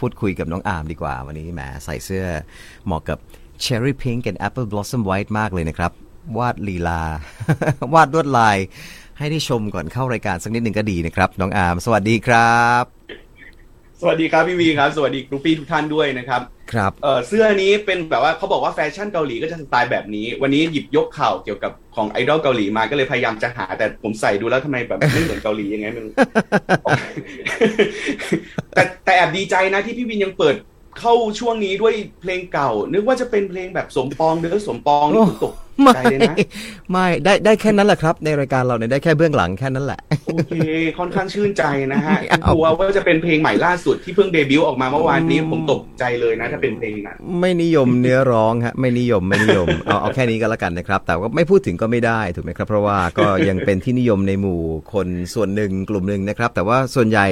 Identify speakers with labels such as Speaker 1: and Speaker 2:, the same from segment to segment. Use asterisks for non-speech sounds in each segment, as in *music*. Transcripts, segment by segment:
Speaker 1: พูดคุยกับน้องอาร์มดีกว่า วันนี้แหมใส่เสื้อเหมาะกับ Cherry Pink and Apple Blossom White มากเลยนะครับ วาดลีลา *laughs* วาดลวดลาย ให้ได้ชมก่อนเข้ารายการสักนิดหนึ่งก็ดีนะครับ น้องอาร์มสวัสดีครับ
Speaker 2: สวัสดีครับพี่วีครับ สวัสดีกรุ๊ปปี้ทุกท่านด้วยนะครับ
Speaker 1: ครับ
Speaker 2: เอ่อเสื้อนี้เป็นแบบว่าเขาบอกว่าแฟชั่นเกาหลีก็จะสไตล์แบบนี้ วันนี้หยิบยกข่าวเกี่ยวกับของไอดอลเกาหลีมาก็เลยพยายามจะหา แต่ผมใส่ดูแล้วทำไมแบบไม่เหมือนเกาหลียังไงไมัน *laughs* แต่แต่แอบดีใจนะที่พี่วินยังเปิดเข้าช่วงนี้ด้วยเพลงเก่า นึกว่าจะเป็นเพลงแบบสมปองเนื้อสมปองนี่ผมตก
Speaker 1: ไม่
Speaker 2: ใจเลยนะ
Speaker 1: ไม่ได้ได้แค่นั้นแหละครับ ในรายการเราเนี่ยได้แค่เบื้องหลังแค่นั้นแหละ
Speaker 2: โอเค ค่อนข้างชื่นใจนะฮะ
Speaker 1: ไม่เอา
Speaker 2: กลัวว่าจะเป็นเพลงใหม่ล่าสุดที่เพิ่งเดบิวต์ออกมาเมื่อวานนี้ผมตกใจเลยนะ ถ้าเป็นเพลงนั้น
Speaker 1: ไม่นิยมเนื้อร้องฮะไม่นิยมไม่นิยมเอาเอาแค่นี้ก็แล้วกันนะครับ แต่ว่าไม่พูดถึงก็ไม่ได้ถูกไหมครับ เพราะว่าก็ยังเป็นที่นิยมในหมู่คนส่วนหนึ่งกลุ่มหนึ่งนะครับ แต่ว่าส่วนใหญ่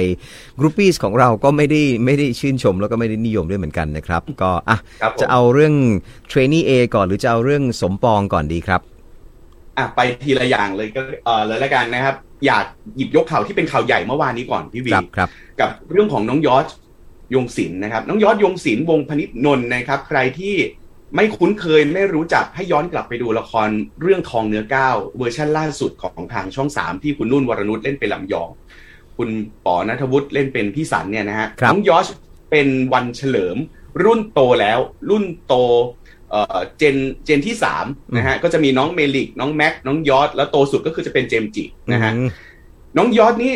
Speaker 1: กรุ๊ปปี้ของเราก็ไม่ได้ไม่ได้ชื่นชม แล้วก็ไม่ได้นิยมด้วยเหมือนกันนะครับ ก็อ่ะ
Speaker 2: ครับผม
Speaker 1: จะเอาเรื่องเทรนนี่เอก่อนหรือจะเอาเรื่องสมปองก่อนดีครับ
Speaker 2: อ่ะไปทีละอย่างเลยก็เออเลยละกันนะครับ อยากหยิบยกข่าวที่เป็นข่าวใหญ่เมื่อวานนี้ก่อนพี่วี
Speaker 1: ครับครับ
Speaker 2: กับเรื่องของน้องยอร์ชยงศิลป์นะครับ น้องยอร์ชยงศิลป์วงพนิษฐ์นนท์นะครับ ใครที่ไม่คุ้นเคยไม่รู้จักให้ย้อนกลับไปดูละครเรื่องทองเนื้อก้าวเวอร์ชันล่าสุดของทางช่องสามที่คุณนุ่นวรนุชเล่นเป็นลำยอง คุณป๋อนัทวุฒิเล่นเป็นพี่สันเนี่ยนะฮะ
Speaker 1: ครับ
Speaker 2: น้องยอร์ชเป็นวันเฉลิม รุ่นโตแล้ว รุ่นโต เอ่อเจนเจนที่สามนะฮะก็จะมีน้องเมลิก น้องแม็ก น้องยอดแล้วโตสุดก็คือจะเป็นเจมส์จินะฮะ
Speaker 1: อืม
Speaker 2: น้องยอดนี่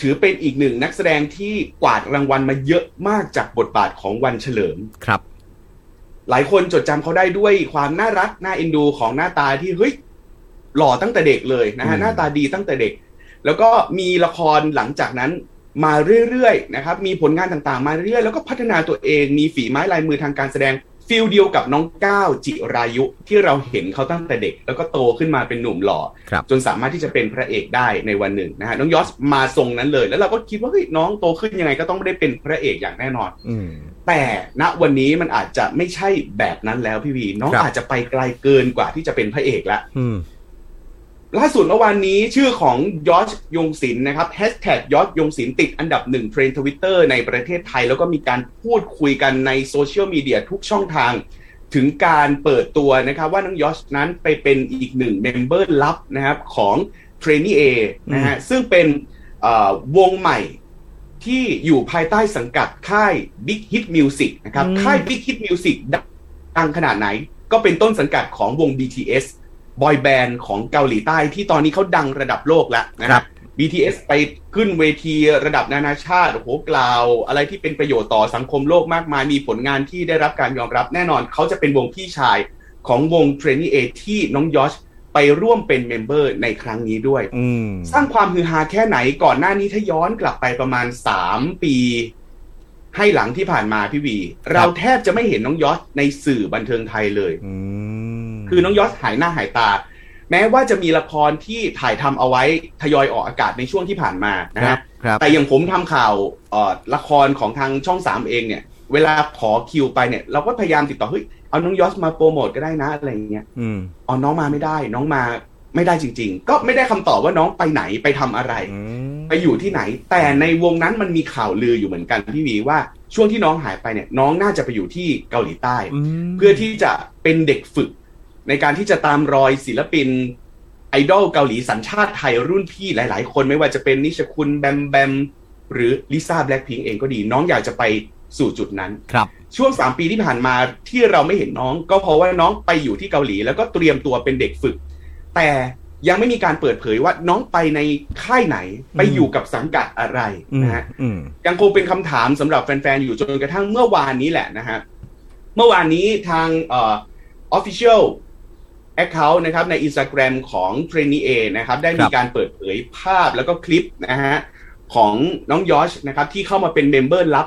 Speaker 2: ถือเป็นอีกหนึ่งนักแสดงที่กวาดรางวัลมาเยอะมากจากบทบาทของวันเฉลิม
Speaker 1: ครับ
Speaker 2: หลายคนจดจำเขาได้ด้วยความน่ารักน่าเอ็นดูของหน้าตาที่เฮ้ยหล่อตั้งแต่เด็กเลยนะฮะ
Speaker 1: อืม
Speaker 2: หน้าตาดีตั้งแต่เด็ก แล้วก็มีละครหลังจากนั้นมาเรื่อยๆนะครับมีผลงานต่างๆ มาเรื่อยๆแล้วก็พัฒนาตัวเองมีฝีไม้ลายมือทางการแสดงฟิลเดียวกับน้องก้าวจิรายุที่เราเห็นเขาตั้งแต่เด็ก แล้วก็โตขึ้นมาเป็นหนุ่มหล่อ
Speaker 1: ครับ
Speaker 2: จนสามารถที่จะเป็นพระเอกได้ในวันหนึ่งนะฮะน้องยอสมาทรงนั้นเลย แล้วเราก็คิดว่าเฮ้ยน้องโตขึ้นยังไงก็ต้องไม่ได้เป็นพระเอกอย่างแน่นอน
Speaker 1: อืม
Speaker 2: แต่ณวันนี้มันอาจจะไม่ใช่แบบนั้นแล้วพี่วี น้อง
Speaker 1: ครับ
Speaker 2: อาจจะไปไกลเกินกว่าที่จะเป็นพระเอกละ
Speaker 1: อืม
Speaker 2: ล่าสุดเมื่อวานนี้ชื่อของยอชยงศิลป์นะครับแฮชแท็กยอชยงศิลป์ติดอันดับหนึ่งเทรนด์ทวิตเตอร์ในประเทศไทย แล้วก็มีการพูดคุยกันในโซเชียลมีเดียทุกช่องทาง ถึงการเปิดตัวนะครับว่าน้องยอชนั้นไปเป็นอีกหนึ่งเมมเบอร์ลับนะครับของ t r a i n e e A นะฮะซึ่งเป็นเอ่อวงใหม่ที่อยู่ภายใต้สังกัดค่าย Big Hit Music นะครับ
Speaker 1: อืม
Speaker 2: ค่าย Big Hit Music ดังขนาดไหน ก็เป็นต้นสังกัดของวง BTS บอยแบนด์ของเกาหลีใต้ที่ตอนนี้เขาดังระดับโลกแล้วนะ
Speaker 1: ค
Speaker 2: ค
Speaker 1: รั
Speaker 2: รับ บ BTS ไปขึ้นเวทีระดับนานาชาติโอ้โหกล่าว อะไรที่เป็นประโยชน์ต่อสังคมโลกมากมาย มีผลงานที่ได้รับการยอมรับแน่นอนเขาจะเป็นวงพี่ชายของวง t r a i n e e A ที่น้องยอชไปร่วมเป็นเมมเบอร์ในครั้งนี้ด้วย
Speaker 1: อืม
Speaker 2: สร้างความฮือฮาแค่ไหนก่อนหน้านี้ถ้าย้อนกลับไปประมาณสามปี ให้หลังที่ผ่านมาพี่วี
Speaker 1: ครับ
Speaker 2: เราแทบจะไม่เห็นน้องยอสในสื่อบันเทิงไทยเลย
Speaker 1: อืม
Speaker 2: คือน้องยอสหายหน้าหายตา แม้ว่าจะมีละครที่ถ่ายทำเอาไว้ทยอยออกอากาศในช่วงที่ผ่านมานะ
Speaker 1: ครั
Speaker 2: ฮะ
Speaker 1: บครับ
Speaker 2: แต่อย่างผมทำข่าวเอ่อละครของทางช่องสามเองเนี่ย เวลาขอคิวไปเนี่ย เราก็พยายามติดต่อเฮ้ยเอาน้องยอสมาโปรโมทก็ได้นะอะไรอย่างเงี้ย
Speaker 1: อืม
Speaker 2: อ๋อน้องมาไม่ได้ น้องมาไม่ได้จริง ๆ ก็ไม่ได้คำตอบว่าน้องไปไหนไปทำอะไร
Speaker 1: อืม
Speaker 2: ไปอยู่ที่ไหน แต่ในวงนั้นมันมีข่าวลืออยู่เหมือนกันพี่วีว่าช่วงที่น้องหายไปเนี่ยน้องน่าจะไปอยู่ที่เกาหลีใต้ เพื่อที่จะเป็นเด็กฝึก ในการที่จะตามรอยศิลปิน ไอดอลเกาหลีสัญชาติไทยรุ่นพี่หลาย ๆ คนไม่ว่าจะเป็นนิชคุณแบมแบมหรือลิซ่าแบล็คพิงเองก็ดี น้องอยากจะไปสู่จุดนั้น
Speaker 1: ครับ
Speaker 2: ช่วง 3 ปีที่ผ่านมาที่เราไม่เห็นน้อง ก็เพราะว่าน้องไปอยู่ที่เกาหลี แล้วก็เตรียมตัวเป็นเด็กฝึก แต่ยังไม่มีการเปิดเผยว่าน้องไปในค่ายไหนไป
Speaker 1: อืม
Speaker 2: อยู่กับสังกัดอะไร
Speaker 1: อืม
Speaker 2: นะฮะ
Speaker 1: อืม
Speaker 2: ยังคงเป็นคำถามสำหรับแฟน ๆ อยู่จนกระทั่งเมื่อวานนี้แหละนะฮะ เมื่อวานนี้ทางเอ่อ official account นะครับใน Instagram ของ t r a i n e e A นะครับ ได้
Speaker 1: ครั
Speaker 2: มี
Speaker 1: บ
Speaker 2: การเปิดเผยภาพแล้วก็คลิปนะฮะ ของน้องยอชนะครับ ที่เข้ามาเป็นเมมเบอร์ลับ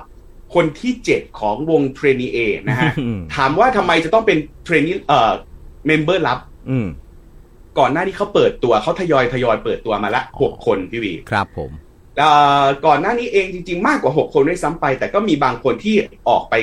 Speaker 2: คนที่ 7 ของวง t r a i n e e A นะ
Speaker 1: *laughs*
Speaker 2: ฮะ
Speaker 1: อืม
Speaker 2: ถามว่าทำไมจะต้องเป็น t r a i n e e เอ่อเมมเบอร์ลับ
Speaker 1: อืม
Speaker 2: ก่อนหน้าที่เขาเปิดตัวเขาทยอยทยอยๆเปิดตัวมาละหกคนพี่วี
Speaker 1: ครับผม
Speaker 2: เอ่อก่อนหน้านี้เองจริงๆ มากกว่า 6 คนด้วยซ้ำไป แต่ก็มีบางคนที่ออกไป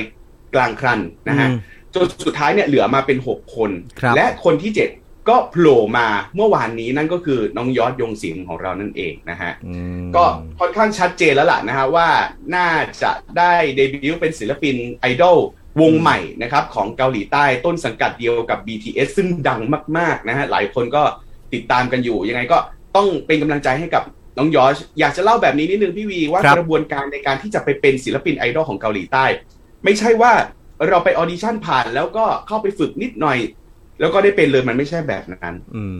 Speaker 2: กลางครันนะฮะ
Speaker 1: อืม
Speaker 2: จนสุดท้ายเนี่ยเหลือมาเป็น 6 คน
Speaker 1: ครับ
Speaker 2: และคนที่ 7 ก็โผล่มาเมื่อวานนี้นั่นก็คือน้องยอดยงศิลป์ของเรานั่นเองนะฮะ
Speaker 1: อืม
Speaker 2: ก็ค่อนข้างชัดเจนแล้วล่ะนะฮะว่าน่าจะได้เดบิวต์เป็นศิลปินไอดอลวงใหม่นะครับของเกาหลีใต้ต้นสังกัดเดียวกับ BTS ซึ่งดังมากๆนะฮะหลายคนก็ติดตามกันอยู่ ยังไงก็ต้องเป็นกำลังใจให้กับน้องยอชอยากจะเล่าแบบนี้นิดนึงพี่วีว่า
Speaker 1: ครับ
Speaker 2: กระบวนการในการที่จะไปเป็นศิลปินไอดอลของเกาหลีใต้ ไม่ใช่ว่าเราไปออดิชั่นผ่านแล้วก็เข้าไปฝึกนิดหน่อย แล้วก็ได้เป็นเลยมันไม่ใช่แบบนั้น
Speaker 1: อืม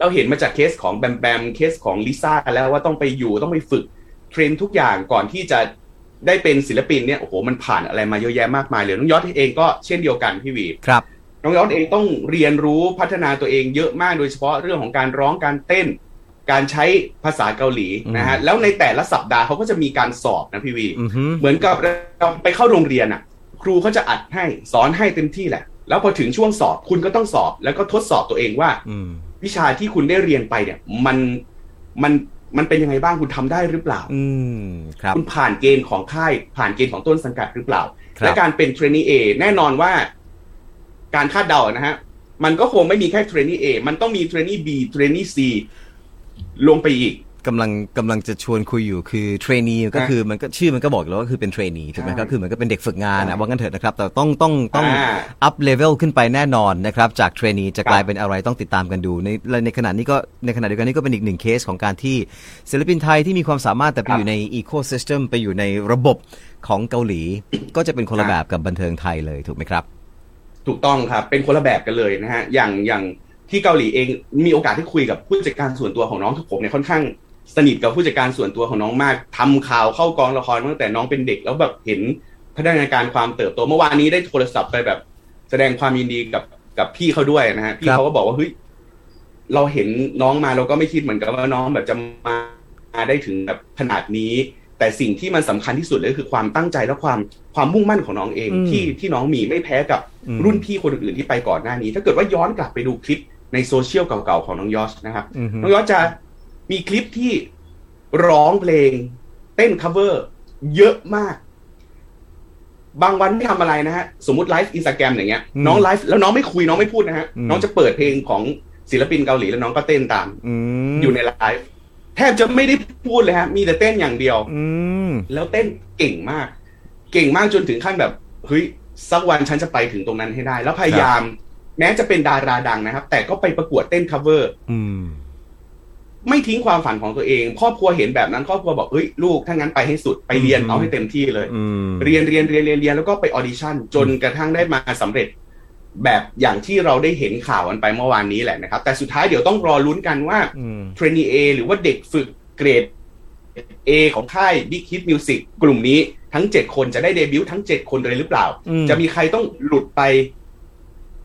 Speaker 2: เราเห็นมาจากเคสของแบมแบมเคสของลิซ่าแล้วว่าต้องไปอยู่ต้องไปฝึกเทรนทุกอย่างก่อนที่จะได้เป็นศิลปินเนี่ยโอ้โหมันผ่านอะไรมาเยอะแยะมากมายเลยน้องยอดเองก็เช่นเดียวกันพี่หวี
Speaker 1: ครับ
Speaker 2: น้องยอดเองต้องเรียนรู้พัฒนาตัวเองเยอะมากโดยเฉพาะเรื่องของการร้องการเต้น การใช้ภาษาเกาหลีนะฮะแล้วในแต่ละสัปดาห์เขาก็จะมีการสอบนะพี่วี
Speaker 1: อือฮึ
Speaker 2: เหมือนกับเราไปเข้าโรงเรียนอ่ะ ครูเขาจะอัดให้สอนให้เต็มที่แหละ แล้วพอถึงช่วงสอบคุณก็ต้องสอบ แล้วก็ทดสอบตัวเองว่า
Speaker 1: อืม
Speaker 2: วิชาที่คุณได้เรียนไปเนี่ย มันมันมันเป็นยังไงบ้างคุณทำได้หรือเปล่า
Speaker 1: อืม ครับ
Speaker 2: คุณผ่านเกณฑ์ของค่าย ผ่านเกณฑ์ของต้นสังกัดหรือเปล่า
Speaker 1: ครับ
Speaker 2: และการเป็นเทรนนีเอแน่นอนว่า การคาดเดานะฮะ มันก็คงไม่มีแค่เทรนนีเอมันต้องมีเทรนนีบีเทรนนีซีลงไปอีก
Speaker 1: กำลังกำลังจะชวนคุยอยู่คือเทรนนีก็คือมันก็ชื่อมันก็บอกอยู่แล้วว่าคือเป็นเทรนนีถูกไหม
Speaker 2: ใช่
Speaker 1: ก็คือเหมือนก็เป็นเด็กฝึกงานนะ
Speaker 2: ใช่
Speaker 1: ว่างั้นเถอะนะครับ แต่ต้องต้องต้อง
Speaker 2: อ่า
Speaker 1: อัพเลเวลขึ้นไปแน่นอนนะครับ จากเทรนนีจะ
Speaker 2: ครับ
Speaker 1: กลายเป็นอะไรต้องติดตามกันดูในและในขณะนี้ก็ในขณะเดียวกันนี่ก็เป็นอีกหนึ่งเคสของการที่ศิลปินไทยที่มีความสามารถแต่ไป
Speaker 2: ครับ
Speaker 1: อยู่ในอีโค y ิสเ m ไปอยู่ในระบบของเกาหลี ก็จะเป็นคนละ
Speaker 2: ครับ
Speaker 1: แบบกับบันเทิงไทยเลยถูกไหมครับ
Speaker 2: ถูกต้องครับ เป็นคนละแบบกันเลยนะฮะ อย่างอย่างที่เกาหลีเองมีโอกาสที่คุยกับผู้จัดการส่วนตัวของน้องทุกผมเนี่ยค่อนข้างสนิทกับผู้จัดการส่วนตัวของน้องมากทำข่าวเข้ากองละครตั้งแต่น้องเป็นเด็กแล้วแบบเห็นพัฒนาการความเติบโตเมื่อวานนี้ได้โทรศัพท์ไปแบบ แสดงความยินดีกับกับพี่เขาด้วยนะฮะพี่เขาก็บอกว่าเฮ้ยเราเห็นน้องมาเราก็ไม่คิดเหมือนกันว่าน้องแบบจะมามาได้ถึงแบบขนาดนี้ แต่สิ่งที่มันสำคัญที่สุดเลยก็คือความตั้งใจและความความมุ่งมั่นของน้องเอง
Speaker 1: อืม
Speaker 2: ที่ที่น้องมีไม่แพ้กับ
Speaker 1: อืม
Speaker 2: รุ่นพี่คนอื่นๆที่ไปก่อนหน้านี้ ถ้าเกิดว่าย้อนกลับไปดูคลิปในโซเชียลเก่าๆของน้องยอชนะครับ
Speaker 1: อือฮึ
Speaker 2: น้องยอชจะมีคลิปที่ร้องเพลง เต้น cover เยอะมาก บางวันไม่ทำอะไรนะฮะ สมมติไลฟ์อินสตาแกรมอย่างเงี้ย
Speaker 1: อืม
Speaker 2: น้องไลฟ์แล้วน้องไม่คุยน้องไม่พูดนะฮะ
Speaker 1: อืม
Speaker 2: น้องจะเปิดเพลงของศิลปินเกาหลีแล้วน้องก็เต้นตาม
Speaker 1: อืม
Speaker 2: อยู่ในไลฟ์แทบจะไม่ได้พูดเลยฮะ มีแต่เต้นอย่างเดียว
Speaker 1: อืม
Speaker 2: แล้วเต้นเก่งมาก เก่งมากจนถึงขั้นแบบเฮ้ยสักวันฉันจะไปถึงตรงนั้นให้ได้ แล้วพยายาม แม้จะเป็นดาราดังนะครับ แต่ก็ไปประกวดเต้น cover
Speaker 1: อืม
Speaker 2: ไม่ทิ้งความฝันของตัวเอง ครอบครัวเห็นแบบนั้นครอบครัวบอกเฮ้ยลูกถ้างั้นไปให้สุดไปเรียน
Speaker 1: อืม
Speaker 2: เอาให้เต็มที่เลย
Speaker 1: อืม
Speaker 2: เรียนเรียนเรียนเรียนเรียนแล้วก็ไปออดิชั่นจนกระทั่งได้มาสำเร็จ แบบอย่างที่เราได้เห็นข่าวกันไปเมื่อวานนี้แหละนะครับ แต่สุดท้ายเดี๋ยวต้องรอลุ้นกันว่า
Speaker 1: อืม
Speaker 2: เทรนีเอหรือว่าเด็กฝึกเกรด A ของค่าย Big Hit Music กลุ่มนี้ทั้ง 7 คนจะได้เดบิวต์ทั้ง 7 คนเลยหรือเปล่า
Speaker 1: อืม
Speaker 2: จะมีใครต้องหลุดไป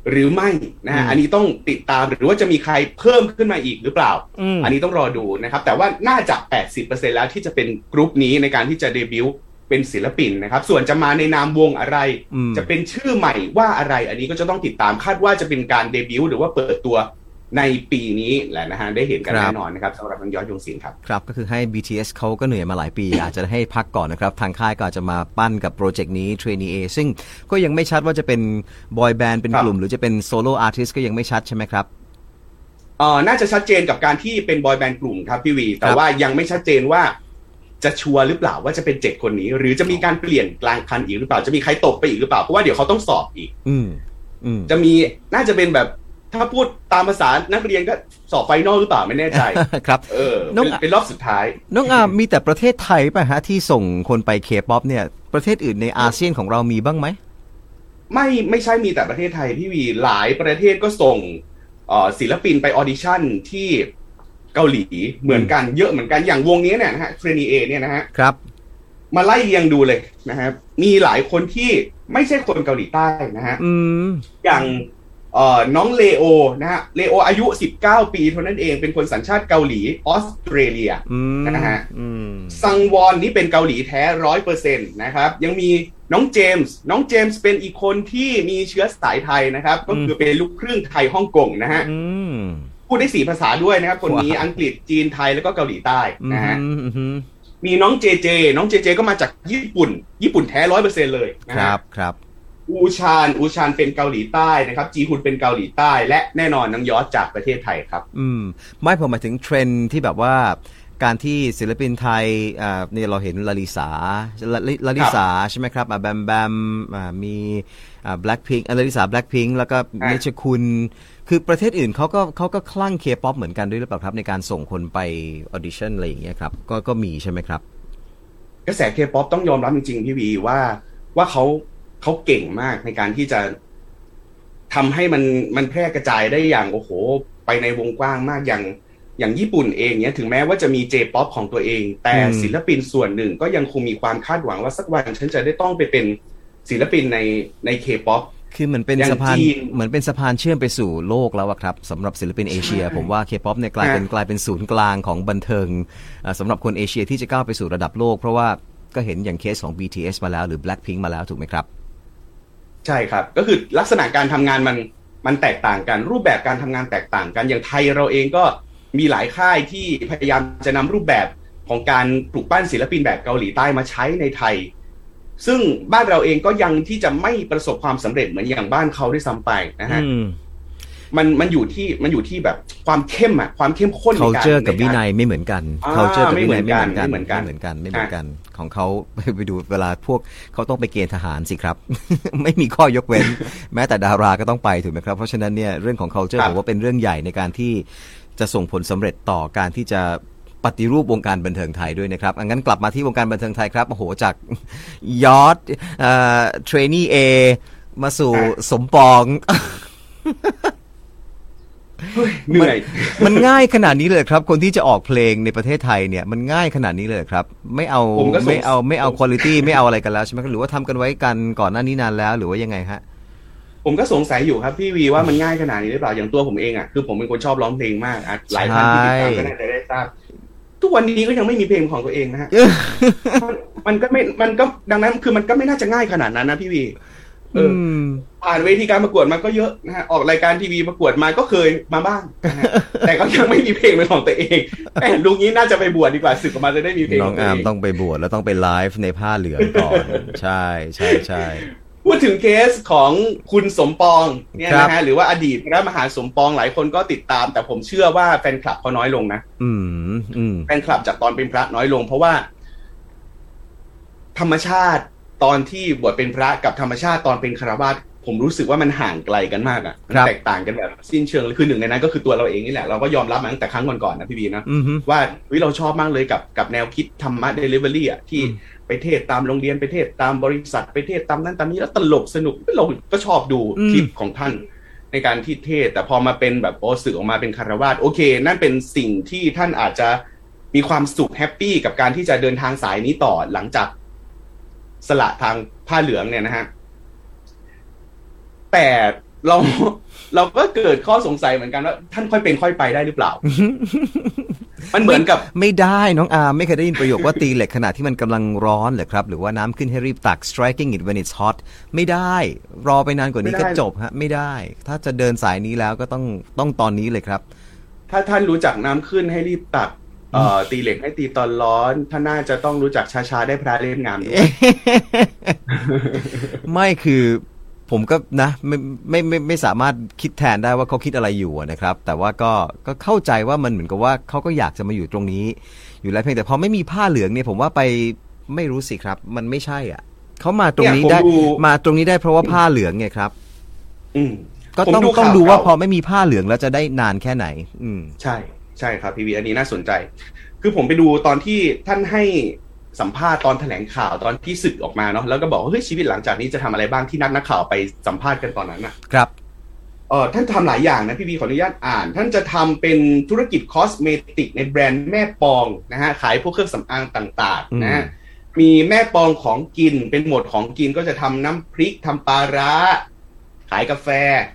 Speaker 2: หรือไม่นะฮะ
Speaker 1: อืม
Speaker 2: อันนี้ต้องติดตามหรือว่าจะมีใครเพิ่มขึ้นมาอีกหรือเปล่า
Speaker 1: อืม
Speaker 2: อันนี้ต้องรอดูนะครับ แต่ว่าน่าจะ 80%แล้วที่จะเป็นกรุ๊ปนี้ในการที่จะเดบิวต์เป็นศิลปินนะครับ ส่วนจะมาในนามวงอะไร
Speaker 1: อืม
Speaker 2: จะเป็นชื่อใหม่ว่าอะไร อันนี้ก็จะต้องติดตามคาดว่าจะเป็นการเดบิวต์หรือว่าเปิดตัวในปีนี้แหละนะฮะได้เห็นกันแน่นอนนะครับสำหรับน้องยอดยงศิลป์ครับ
Speaker 1: ครับก็คือให้ BTS เขาก็เหนื่อยมาหลายปี อาจจะให้พักก่อนนะครับ ทางค่ายก็อาจจะมาปั้นกับโปรเจกต์นี้ Trainee A ซึ่งก็ยังไม่ชัดว่าจะเป็นบอยแบนด์เป็น
Speaker 2: ครับ
Speaker 1: กลุ่ม หรือจะเป็นโซโล่อาร์ติสก็ยังไม่ชัดใช่ไหมครับ
Speaker 2: เอ่อน่าจะชัดเจนกับการที่เป็นบอยแบนด์กลุ่มครับพี่วี แต่
Speaker 1: ครับ
Speaker 2: ว่ายังไม่ชัดเจนว่าจะชัวร์หรือเปล่าว่าจะเป็นเจ็ดคนนี้ หรือจะมีการเปลี่ยนกลางคันอีกหรือเปล่าจะมีใครตกไปอีกหรือเปล่าเพราะว่าเดี๋ยวเขาต้องสอบอีก
Speaker 1: อืมอืม
Speaker 2: จะมีน่าจะเป็นแบบถ้าพูดตามภาษานักเรียนก็สอบไฟนอลหรือเปล่าไม่แน่
Speaker 1: *laughs*
Speaker 2: ใจ
Speaker 1: ครับ
Speaker 2: เออ
Speaker 1: น้อง
Speaker 2: เป็นเป็นรอบสุดท้าย
Speaker 1: น้องอาร์มมีแต่ประเทศไทยป่ะฮะ ที่ส่งคนไปเคป๊อปเนี่ย ประเทศอื่นในอาเซียนของเรามีบ้างไหม
Speaker 2: ไม่ไม่ใช่มีแต่ประเทศไทยพี่วีหลายประเทศก็ส่งเอ่อศิลปินไปออดิชั่นที่เกาหลีเหมือนกันเยอะเหมือนกันอย่างวงนี้เนี่ยนะฮะเทรนีเอเนี่ยนะฮะ
Speaker 1: ครับ
Speaker 2: มาไล่เรียงดูเลยนะครับมีหลายคนที่ไม่ใช่คนเกาหลีใต้นะฮะ
Speaker 1: อืม
Speaker 2: อย่างเอ่อน้องเลโอนะฮะเลโออายุ 19 ปีเท่านั้นเองเป็นคนสัญชาติเกาหลีออสเตรเลีย
Speaker 1: อืม
Speaker 2: นะฮะ
Speaker 1: อืม
Speaker 2: ซังวอนนี่เป็นเกาหลีแท้ร้อยเปอร์เซ็นต์นะครับยังมีน้องเจมส์น้องเจมส์เป็นอีกคนที่มีเชื้อสายไทยนะครับ ก็คือเป็นลูกครึ่งไทยฮ่องกงนะฮะ
Speaker 1: อืม
Speaker 2: พูดได้สี่ภาษาด้วยนะครับ คนนี้
Speaker 1: ว้าว
Speaker 2: อังกฤษจีนไทยแล้วก็เกาหลีใต้
Speaker 1: อืม
Speaker 2: นะฮะ
Speaker 1: อืม
Speaker 2: มีน้องเจเจ น้องเจเจก็มาจากญี่ปุ่น ญี่ปุ่นแท้ร้อยเปอร์เซ็นต์เลยนะ
Speaker 1: ค
Speaker 2: ฮะ
Speaker 1: รับครับ
Speaker 2: อูชานอูชานเป็นเกาหลีใต้นะครับ จีฮุนเป็นเกาหลีใต้ และแน่นอนน้องยอดจากประเทศไทยครับ
Speaker 1: อืมไม่ผมหมายถึงเทรนด์ที่แบบว่าการที่ศิลปินไทยอ่าเนี่ยเราเห็นลาลิสาลาลิลาลิสาใช่ไหมครับอ่าแบมแบมอ่ามีอ่าแบล็คพิงลาลิสาแบล็คพิงแล้วก็
Speaker 2: อ่า
Speaker 1: เนชคุณ คือประเทศอื่นเขาก็เขาก็คลั่งเคป๊อปเหมือนกันด้วยหรือเปล่าครับ ในการส่งคนไปออดิชั่นอะไรอย่างเงี้ยครับก็ก็มีใช่ไหมครับ
Speaker 2: กระแสเคป๊อปต้องยอมรับจริงๆพี่วีว่าว่าเขาเขาเก่งมากในการที่จะทำให้มันมันแพร่กระจายได้อย่างโอ้โห ไปในวงกว้างมากอย่างอย่างญี่ปุ่นเองเนี่ยถึงแม้ว่าจะมีเจป๊อปของตัวเอง แต่
Speaker 1: อืม
Speaker 2: ศิลปินส่วนหนึ่งก็ยังคงมีความคาดหวังว่าสักวันฉันจะได้ต้องไปเป็นศิลปินในในเคป๊อป
Speaker 1: คือเหมือนเป็น
Speaker 2: อย่าง
Speaker 1: สะพาน
Speaker 2: จีน
Speaker 1: เหมือนเป็นสะพานเชื่อมไปสู่โลกแล้วอะครับสำหรับศิลปินเอเชีย
Speaker 2: ใช่
Speaker 1: ผมว่าเคป๊อปเนี่ยกลายเป็น
Speaker 2: อ่ะ
Speaker 1: กลายเป็นศูนย์กลางของบันเทิงเอ่อสำหรับคนเอเชียที่จะก้าวไปสู่ระดับโลก เพราะว่าก็เห็นอย่างเคสของ BTS มาแล้วหรือ Blackpink มาแล้วถูกไหมครับ
Speaker 2: ใช่ครับ ก็คือลักษณะการทำงานมันมันแตกต่างกัน รูปแบบการทำงานแตกต่างกัน อย่างไทยเราเองก็มีหลายค่ายที่พยายามจะนำรูปแบบของการปลูกปั้นศิลปินแบบเกาหลีใต้มาใช้ในไทย ซึ่งบ้านเราเองก็ยังที่จะไม่ประสบความสำเร็จเหมือนอย่างบ้านเขาด้วยซ้ำไปนะฮะ
Speaker 1: อืม
Speaker 2: มันมันอยู่ที่มันอยู่ที่แบบความเข้มอะความเข้มข้นในการ
Speaker 1: culture กับวินัยไม่เหมือนกัน
Speaker 2: อ่า
Speaker 1: culture กับวินัย
Speaker 2: ไม่
Speaker 1: ไม่เห
Speaker 2: เห
Speaker 1: มือกั
Speaker 2: มือน นกันน
Speaker 1: ไม่เหมือนกัน
Speaker 2: ไม่
Speaker 1: ไม่เห
Speaker 2: เหมื
Speaker 1: มือ
Speaker 2: อน นกั
Speaker 1: กัน
Speaker 2: น
Speaker 1: ของเขา *laughs* ไปดูเวลาพวกเขาต้องไปเกณฑ์ทหารสิครับ *laughs* ไม่มีข้อยกเว้น *laughs* แม้แต่ดาราก็ต้องไปถูกไหมครับ เพราะฉะนั้นเนี่ยเรื่องของ culture
Speaker 2: ครับ
Speaker 1: ผมว่าเป็นเรื่องใหญ่ในการที่จะส่งผลสำเร็จต่อการที่จะปฏิรูปวงการบันเทิงไทยด้วยนะครับอังั้นกลับมาที่วงการบันเทิงไทยครับโอ้โหจาก *laughs* ยอดเทรนนี่เอ มาสู่สมปอง
Speaker 2: เหนื่อย
Speaker 1: มันง่ายขนาดนี้เลยครับ คนที่จะออกเพลงในประเทศไทยเนี่ยมันง่ายขนาดนี้เลยครับ ไม่เอา
Speaker 2: ผมก็สงสัย
Speaker 1: ไม่เอาไม่เอาคุณ i t y ไม่เอาอะไรกันแล้วใช่ไหมครับหรือว่าทำกันไว้กันก่อนหน้านี้นานแล้วหรือว่ายังไงฮะ
Speaker 2: ผมก็สงสัยอยู่ครับพี่วีว่ามันง่ายขนาดนี้หรือเปล่าอย่างตัวผมเองอ่ะคือผมเป็นคนชอบร้องเพลงมากอ่ะหลายท่านที่ติดตามก็น่าจะได้ทราบทุกวันนี้ก็ยังไม่มีเพลงของตัวเองนะฮะ มันมันก็ไม่มันก็ดังนั้นคือมันก็ไม่น่าจะง่ายขนาดนั้นนะพี่วีเอออ
Speaker 1: ม
Speaker 2: ผ่านเวทีการประกวดมาก็เยอะนะฮะออกรายการทีวีประกวดมาก็เคยมาบ้างนะฮะ แต่ก็ยังไม่มีเพลงเป็นของตัว *laughs* เองแหมลุงนี้น่าจะไปบวชดีกว่าสึกออกมาจะได้มีเพลง
Speaker 1: น้
Speaker 2: ข
Speaker 1: อ
Speaker 2: อง งตัว
Speaker 1: อาร์ม
Speaker 2: เอง
Speaker 1: ต้องไปบวชแล้วต้องไปไลฟ์ในผ้าเหลืองก่อน ใช่ใช่ใช่
Speaker 2: พูดถึงเคสของคุณสมปองเนี่ย
Speaker 1: ครับ
Speaker 2: นะฮะหรือว่าอดีตพระมหาสมปองหลายคนก็ติดตาม แต่ผมเชื่อว่าแฟนคลับเขาน้อยลงนะ
Speaker 1: อืมอืม
Speaker 2: แฟนคลับจากตอนเป็นพระน้อยลง เพราะว่า ธรรมชาติตอนที่บวชเป็นพระกับธรรมชาติตอนเป็นคารวาสผมรู้สึกว่ามันห่างไกลกันมากอะ
Speaker 1: ครับ
Speaker 2: แตกต่างกันแบบสิ้นเชิงเลยคือหนึ่งในนั้นก็คือตัวเราเองนี่แหละเราก็ยอมรับมาตั้งแต่ครั้งก่อนๆนะพี่บีนะ
Speaker 1: อืมฮึ
Speaker 2: ว่าวิเราชอบมากเลยกับกับแนวคิดธรรมะเดลิเวอรี่อ่ะที่
Speaker 1: อืม
Speaker 2: ไปเทศตามโรงเรียนไปเทศตามบริษัทไปเทศตามนั้นตามนี้แล้วตลกสนุกเราก็ชอบดูคลิปของท่านในการที่เทศ แต่พอมาเป็นแบบโอสื่อออกมาเป็นคารวาสโอเค นั่นเป็นสิ่งที่ท่านอาจจะมีความสุขแฮปปี้กับการที่จะเดินทางสายนี้ต่อหลังจากสละทางผ้าเหลืองเนี่ยนะฮะ แต่เรา *laughs* เราก็เกิดข้อสงสัยเหมือนกันว่าท่านค่อยเป็นค่อยไปได้หรือเปล่ *laughs* า มันเหมือนกับ
Speaker 1: ไม่ได้น้องอาร์มไม่เคยได้ยินประโยคว่า ตีเหล็กขณะที่มันกำลังร้อนเหรอครับ หรือว่าน้ำขึ้นให้รีบตัก striking it when it's hot ไม่ได้ รอไปนานกว่านี้
Speaker 2: ไม่
Speaker 1: ก็
Speaker 2: ได้
Speaker 1: จบฮะ ไม่ได้ ถ้าจะเดินสายนี้แล้วก็ต้องต้องตอนนี้เลยครับ
Speaker 2: ถ้าท่านรู้จักน้ำขึ้นให้รีบตักเอ่อตีเหล็กให้ตีตอนร้อนท่านน่าจะต้องรู้จักช้าๆได้พระเล่มงามด้วย
Speaker 1: ไม่คือผมก็นะไม่ไม่ไมไม่ไม่สามารถคิดแทนได้ว่าเขาคิดอะไรอยู่อะนะครับ แต่ว่าก็ก็เข้าใจว่ามันเหมือนกับว่าเขาก็อยากจะมาอยู่ตรงนี้ อยู่แล้วเพียงแต่พอไม่มีผ้าเหลืองเนี่ยผมว่าไปไม่รู้สิครับ มันไม่ใช่อ่ะเขามาตรงนี้
Speaker 2: เนี่ยผม
Speaker 1: ได้
Speaker 2: ดู
Speaker 1: มาตรงนี้ได้เพราะว่าผ้าเหลืองไงครับ
Speaker 2: อืม
Speaker 1: ก็
Speaker 2: ผม
Speaker 1: ต้อง
Speaker 2: ดู
Speaker 1: ต้อ
Speaker 2: ข่
Speaker 1: งดูว่า
Speaker 2: เก่
Speaker 1: พอไม่มีผ้าเหลืองแล้วจะได้นานแค่ไหน อืม
Speaker 2: ใช่ใช่ครับพี่วีอันนี้น่าสนใจ คือผมไปดูตอนที่ท่านให้สัมภาษณ์ตอนแถลงข่าวตอนที่ศึกออกมาเนาะแล้วก็บอกว่าเฮ้ยชีวิตหลังจากนี้จะทำอะไรบ้างที่นักนักข่าวไปสัมภาษณ์กันตอนนั้นอ่ะ
Speaker 1: ครับ
Speaker 2: เออท่านทำหลายอย่างนะพี่วีขออนุญาตอ่าน ท่านจะทำเป็นธุรกิจคอสเมติกในแบรนด์แม่ปองนะฮะขายพวกเครื่องสำอางต่างๆนะฮะ
Speaker 1: อื
Speaker 2: มีแม่ปองของกินเป็นหมวดของกินก็จะทำน้ำพริกทำปลาร้า ขายกาแฟ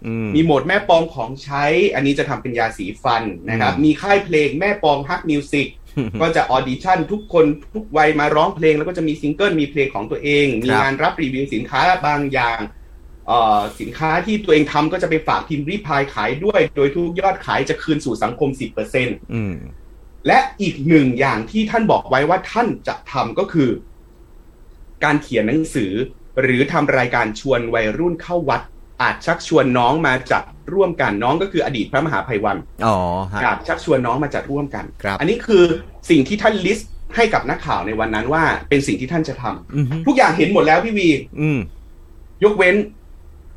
Speaker 1: อืม
Speaker 2: มีโหมดแม่ปองของใช้ อันนี้จะทำเป็นยาสีฟันนะครับ
Speaker 1: อืม
Speaker 2: มีค่ายเพลงแม่ปองฮักมิวสิกก็จะออดิชั่นทุกคนทุกวัยมาร้องเพลง แล้วก็จะมีซิงเกิลมีเพลงของตัวเอง มีงานรับรีวิวสินค้าบางอย่างเอ่อสินค้าที่ตัวเองทำก็จะไปฝากทีมรีพายขายด้วย โดยทุกยอดขายจะคืนสู่สังคม 10%
Speaker 1: อืม
Speaker 2: และอีกหนึ่งอย่างที่ท่านบอกไว้ว่าท่านจะทำก็คือ การเขียนหนังสือ หรือทำรายการชวนวัยรุ่นเข้าวัด อาจชักชวนน้องมาจัดร่วมกันน้องก็คืออดีตพระมหาภัยวัน
Speaker 1: อ๋อฮะ
Speaker 2: กับชักชวนน้องมาจัดร่วมกัน
Speaker 1: ครับ
Speaker 2: อันนี้คือสิ่งที่ท่านลิสต์ให้กับนักข่าวในวันนั้นว่า เป็นสิ่งที่ท่านจะทำ
Speaker 1: อืมฮึ
Speaker 2: ทุกอย่างเห็นหมดแล้วพี่วี
Speaker 1: อืม
Speaker 2: ยกเว้น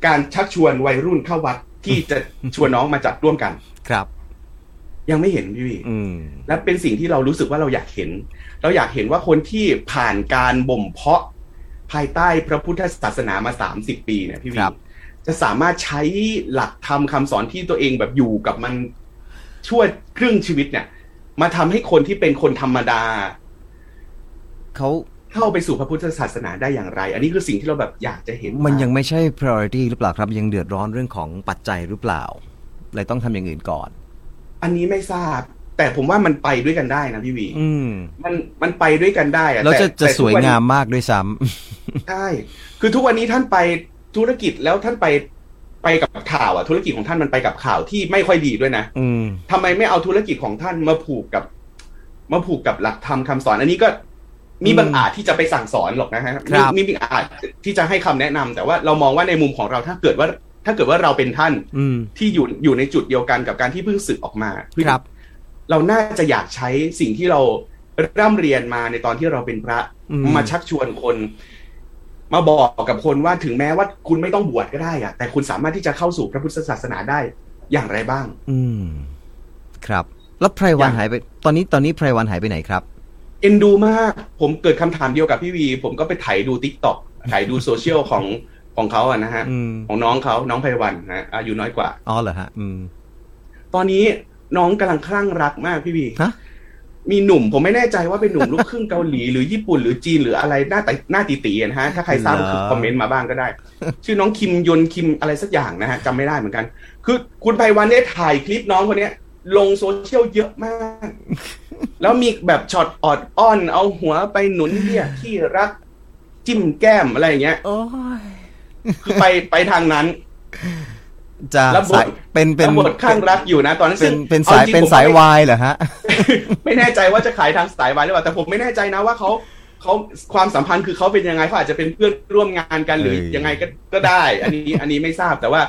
Speaker 2: การชักชวนวัยรุ่นเข้าวัดที่จะชวนน้องมาจัดร่วมกัน
Speaker 1: ครับ
Speaker 2: ยังไม่เห็นพี่วี
Speaker 1: อืม
Speaker 2: และเป็นสิ่งที่เรารู้สึกว่าเราอยากเห็น เราอยากเห็นว่าคนที่ผ่านการบ่มเพาะภายใต้พระพุทธศาสนามา 30 ปีเนี่ยพี่วี
Speaker 1: ครับ
Speaker 2: จะสามารถใช้หลักธรรมคำสอนที่ตัวเองแบบอยู่กับมันชั่วครึ่งชีวิตเนี่ย มาทำให้คนที่เป็นคนธรรมดา
Speaker 1: เขา
Speaker 2: เข้าไปสู่พระพุทธศาสนาได้อย่างไร อันนี้คือสิ่งที่เราแบบอยากจะเห็น
Speaker 1: มัน
Speaker 2: าก
Speaker 1: ยังไม่ใช่ priority หรือเปล่าครับ ยังเดือดร้อนเรื่องของปัจจัยหรือเปล่า เลยต้องทำอย่างอื่นก่อน
Speaker 2: อันนี้ไม่ทราบ แต่ผมว่ามันไปด้วยกันได้นะพี่วี
Speaker 1: อืม
Speaker 2: มันมันไปด้วยกันได้อะ
Speaker 1: แล้วจะ
Speaker 2: แต่
Speaker 1: จะ
Speaker 2: แต่
Speaker 1: ส
Speaker 2: ทุก
Speaker 1: วย
Speaker 2: นนี้
Speaker 1: งามมากด้วยซ้ำ
Speaker 2: ใช่คือทุกวันนี้ท่านไปธุรกิจแล้วท่านไปไปกับข่าวอะธุรกิจของท่านมันไปกับข่าวที่ไม่ค่อยดีด้วยนะ
Speaker 1: อืม
Speaker 2: ทำไมไม่เอาธุรกิจของท่านมาผูกกับ มาผูกกับหลักธรรมคำสอน อันนี้ก็มี
Speaker 1: อืม
Speaker 2: บางอาจที่จะไปสั่งสอนหรอกนะฮะ
Speaker 1: ครับ
Speaker 2: มีมีบางอาจที่จะให้คำแนะนำแต่ว่าเรามองว่าในมุมของเราถ้าเกิดว่า ถ้าเกิดว่าเราเป็นท่าน
Speaker 1: อืม
Speaker 2: ที่อยู่อยู่ในจุดเดียวกันกับการที่เพิ่งสึกออกมา
Speaker 1: ครับ
Speaker 2: เราน่าจะอยากใช้สิ่งที่เราร่ำเรียนมาในตอนที่เราเป็นพระ
Speaker 1: อืม
Speaker 2: มาชักชวนคน มาบอกกับคนว่าถึงแม้ว่าคุณไม่ต้องบวชก็ได้อะแต่คุณสามารถที่จะเข้าสู่พระพุทธศาสนาได้อย่างไรบ้าง
Speaker 1: อืม ครับ แล้วไพรวันหายไป ตอนนี้ตอนนี้ไพรวันหายไปไหนครับ
Speaker 2: เอ็นดูมาก ผมเกิดคำถามเดียวกับพี่วี ผมก็ไปไถดูทิกตอกไถดูโซเชียลของของเขาอะนะฮะ
Speaker 1: อืม
Speaker 2: ของน้องเขาน้องไพวันนะอายุน้อยกว่า
Speaker 1: อ๋อเหรอฮะ อืม
Speaker 2: ตอนนี้น้องกำลังคลั่งรักมากพี่วี
Speaker 1: ฮะ
Speaker 2: มีหนุ่ม ผมไม่แน่ใจว่าเป็นหนุ่ม ลูกครึ่งเกาหลีหรือญี่ปุ่นหรือจีนหรืออะไรหน้าตหน้าตีตีๆอะนะ
Speaker 1: *laughs*
Speaker 2: ฮะ ถ้าใครทราบก็คือ
Speaker 1: เหรอ
Speaker 2: คอมเมนต์มาบ้างก็ได้ ชื่อน้องคิมยนคิมอะไรสักอย่างนะฮะจำไม่ได้เหมือนกัน คือคุณไพวันได้ถ่ายคลิปน้องคนเนี้ย ลงโซเชียลเยอะมาก
Speaker 1: *laughs*
Speaker 2: แล้วมีแบบช็อตออดอ้อน เอาหัวไปหนุนเรียกที่รักจิ้มแก้มอะไรอย่างเงี้ย
Speaker 1: โอ้ย
Speaker 2: คือไปไปทางนั้น
Speaker 1: จะ
Speaker 2: แล้วบท
Speaker 1: สายเป็น เป็
Speaker 2: เป็น นบทข้างรักอยู่นะ ตอนนั้น
Speaker 1: เป็
Speaker 2: ซึ่
Speaker 1: น
Speaker 2: ง
Speaker 1: เป็น
Speaker 2: อ
Speaker 1: สาย
Speaker 2: จริงๆ
Speaker 1: เป็น
Speaker 2: ผม
Speaker 1: สาย
Speaker 2: ไม่
Speaker 1: วายเหรอฮะ
Speaker 2: ไม่แน่ใจว่าจะขายทางสายวายหรือเปล่าแต่ผมไม่แน่ใจนะว่าเขาเขาความสัมพันธ์คือเขาเป็นยังไงเขาอาจจะเป็นเพื่อนร่วมงานกันหรือ
Speaker 1: เออ
Speaker 2: ยังไงก็ก็ได้ อันนี้อันนี้ไม่ทราบแต่ว่า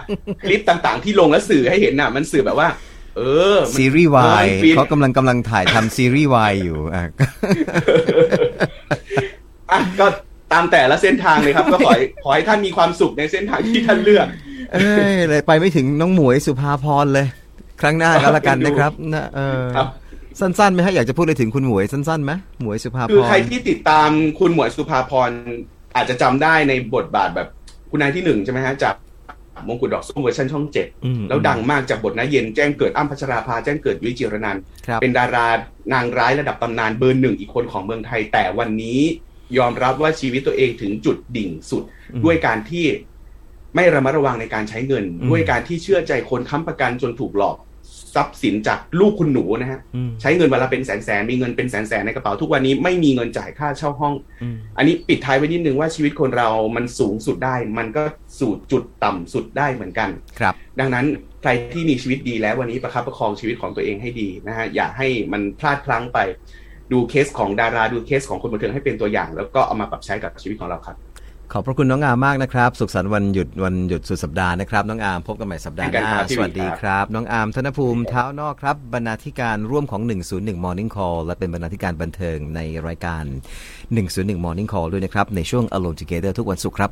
Speaker 2: คลิปต่างๆ ที่ลงและสื่อให้เห็นน่ะ มันสื่อแบบว่า เออมัน
Speaker 1: ซีรีส์วาย
Speaker 2: มันฟิน
Speaker 1: เขากำลังกำลังถ่ายทำซีรีส์วายอยู่อ่ะ
Speaker 2: อ่ะก็ตามแต่ละเส้นทางเลย
Speaker 1: *laughs*
Speaker 2: ครับ ก็ขอให้ขอให้ท่านมีความสุขในเส้นทางที่ท่านเลือก
Speaker 1: เอ้ยเลยไปไม่ถึงน้องหมวยสุภาพรเลย ครั้งหน้าก็แล้วกัน
Speaker 2: *laughs*
Speaker 1: นะครับนะเออ
Speaker 2: ครับ
Speaker 1: สั้นๆไหมฮะอยากจะพูดอะไรถึงคุณหมวยสั้นๆไหมหมวยสุภาพร
Speaker 2: คือใครที่ติดตามคุณหมวยสุภาพรอาจจะจำได้ในบทบาทแบบคุณนายที่หนึ่งใช่ไหมฮะจากมงกุฎดอกส้มเวอร์ชันช่องเจ็ด
Speaker 1: อืม
Speaker 2: แล้วดังมากจากบทนาเย็นแจ้งเกิดอ้ำพัชราภาแจ้งเกิดวิจิรนันท์
Speaker 1: ครับ
Speaker 2: เป็นดารานางร้ายระดับตำนานเบอร์หนึ่งอีกคนของเมืองไทย แต่วันนี้ยอมรับว่าชีวิตตัวเองถึงจุดดิ่งสุด ด้วยการที่ไม่ระมัดระวังในการใช้เงิน ด้วยการที่เชื่อใจคนค้ำประกันจนถูกหลอกทรัพย์สินจากลูกคุณหนูนะฮะ
Speaker 1: อืม
Speaker 2: ใช้เงินวันละเป็นแสนแสนมีเงินเป็นแสนแสนในกระเป๋าทุกวันนี้ไม่มีเงินจ่ายค่าเช่าห้อง
Speaker 1: อืม
Speaker 2: อันนี้ปิดท้ายไว้นิดนึงว่าชีวิตคนเรามันสูงสุดได้ มันก็สู่จุดต่ำสุดได้เหมือนกัน
Speaker 1: ครับ
Speaker 2: ดังนั้นใครที่มีชีวิตดีแล้ววันนี้ประคับประคองชีวิตของตัวเองให้ดีนะฮะอย่าให้มันพลาดพลั้งไป ดูเคสของดาราดูเคสของคนบันเทิงให้เป็นตัวอย่าง แล้วก็เอามาปรับใช้กับชีวิตของเราครับ
Speaker 1: ขอบพระคุณน้องอามมากนะครับ สุขสันต์วันหยุดวันหยุดสุดสัปดาห์นะครับน้องอามพบกันใหม่สัปดาห์ห
Speaker 2: เหมือนกั
Speaker 1: น้าน
Speaker 2: ครับพี่
Speaker 1: สวัสดี
Speaker 2: วิครับ
Speaker 1: ครับ น้องอามธนภูมิเท้านอกครับบรรณาธิการร่วมของ 101 Morning Call และเป็นบรรณาธิการบันเทิงในรายการ 101 Morning Call ด้วยนะครับในช่วง Alone Together ทุกวันศุกร์ครับ